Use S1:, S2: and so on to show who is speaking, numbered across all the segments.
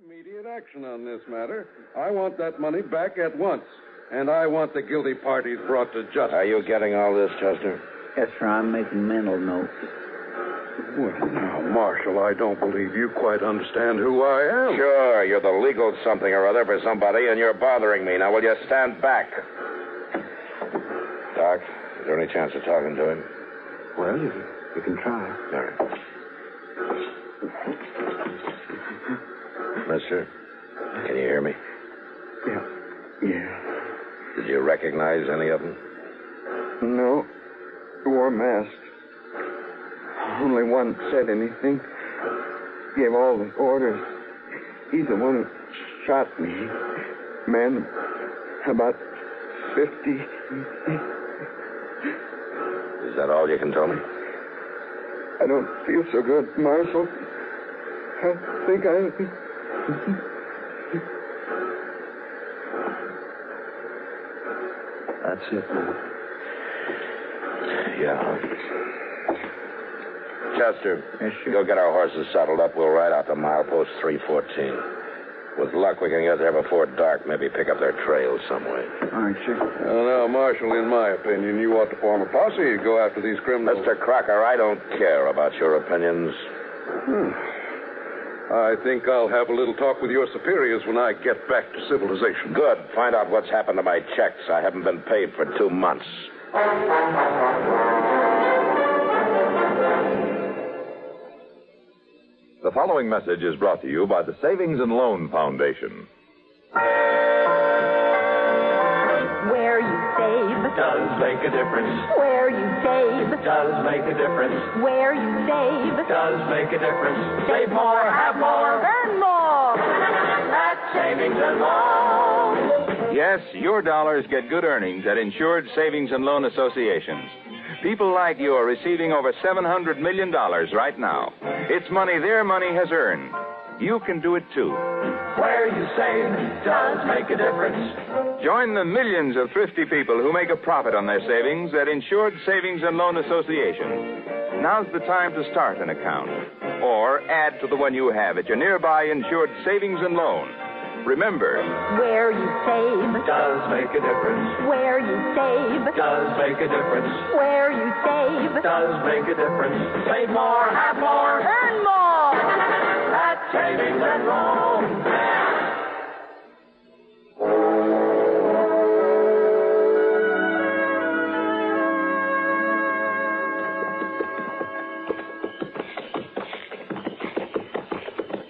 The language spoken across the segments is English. S1: immediate action on this matter. I want that money back at once. And I want the guilty parties brought to justice.
S2: Are you getting all this, Chester?
S3: Yes, sir, I'm making mental notes.
S1: Well, now, Marshal, I don't believe you quite understand who I am.
S2: Sure, you're the legal something or other for somebody, and you're bothering me. Now, will you stand back? Doc, is there any chance of talking to him?
S3: Well, you, you can try.
S2: All right. Mister, can you hear me?
S3: Yeah. Yeah.
S2: Did you recognize any of them?
S4: No. He wore a mask. Only one said anything. Gave all the orders. He's the one who shot me. Man, about 50.
S2: Is that all you can tell me?
S4: I don't feel so good, Marshal. I think I.
S3: That's it now.
S2: Yeah. Chester,
S3: Yes, sir.
S2: go get our horses saddled up. We'll ride out to milepost 314. With luck, we can get there before dark, maybe pick up their trail some way.
S3: All right, sir.
S1: Well, Uh, now, Marshal, in my opinion, you ought to form a posse to go after these criminals.
S2: Mr. Crocker, I don't care about your opinions.
S1: I think I'll have a little talk with your superiors when I get back to civilization.
S2: Good. Find out what's happened to my checks. I haven't been paid for two months.
S5: The following message is brought to you by the Savings and Loan Foundation.
S6: Where you save,
S7: does make a difference.
S6: where you save,
S7: Does make a difference.
S6: where you save,
S7: Does make a difference. Save more, have more.
S6: and more.
S7: At savings and loan.
S5: Yes, your dollars get good earnings at insured savings and loan associations. People like you are receiving over $700 million right now. It's money their money has earned. You can do it too.
S7: Where you save does make a difference.
S5: Join the millions of thrifty people who make a profit on their savings at Insured Savings and Loan Association. Now's the time to start an account or add to the one you have at your nearby Insured Savings and Loan. Remember,
S6: Where you save,
S7: Does make a difference.
S6: where you save,
S7: Does make a difference.
S6: where you save,
S7: Does make a difference. Save more, have more.
S6: and more.
S7: At savings and loan.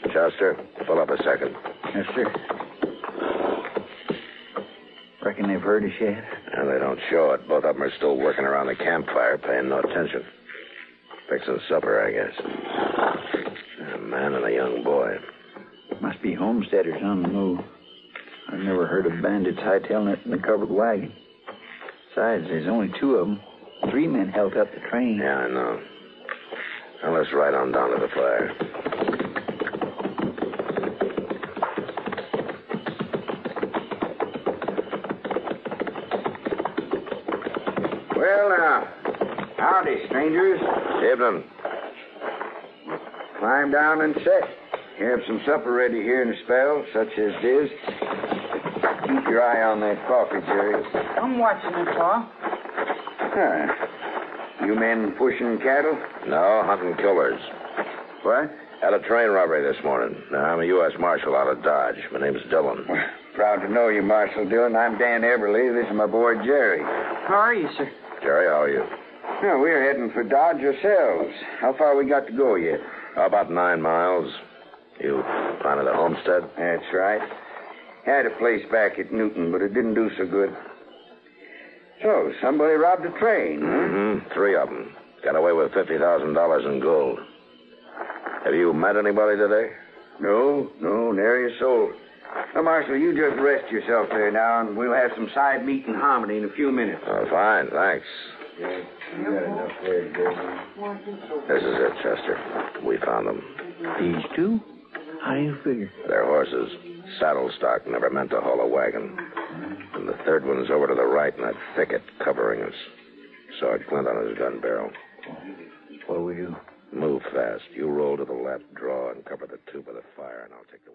S2: Chester, pull up a second.
S3: Yes, sir. Reckon they've heard us yet?
S2: And they don't show it. Both of them are still working around the campfire, paying no attention. Fixing supper, I guess. A man and a young boy.
S3: Must be homesteaders on the move. I've never heard of bandits hightailing it in a covered wagon. Besides, there's only two of them. Three men held up the train.
S2: Yeah, I know. Now let's ride on down to the fire.
S3: Well, now. Howdy, strangers.
S2: Evening.
S3: Climb down and set. You have some supper ready here in a spell, such as this. Keep your eye on that coffee, Jerry.
S8: I'm watching it, Pa.
S3: Huh. You men pushing cattle?
S2: No, hunting killers.
S3: What?
S2: Had a train robbery this morning. Now, I'm a U.S. Marshal out of Dodge. My name's Dillon.
S3: Proud to know you, Marshal Dillon. I'm Dan Everly. This is my boy, Jerry.
S8: How are you, sir?
S2: Jerry, how are you?
S3: Now, we're heading for Dodge ourselves. How far we got to go yet?
S2: About nine miles. You planted a homestead?
S3: That's right. Had a place back at Newton, but it didn't do so good. So, somebody robbed a train, huh?
S2: Mm-hmm. Three of them. Got away with $50,000 in gold. Have you met anybody today?
S3: No, no, nary a soul. Now, Marshal, you just rest yourself there now, and we'll have some side meat and hominy in a few minutes.
S2: Oh, fine, thanks.
S3: You got enough there to go.
S2: This is it, Chester. We found them.
S3: These two? How do you figure?
S2: Their horses. Saddle stock never meant to haul a wagon. And the third one's over to the right in that thicket covering us. Saw a glint on his gun barrel.
S3: What do we do?
S2: Move fast. You roll to the left, draw, and cover the tube with a fire, and I'll take the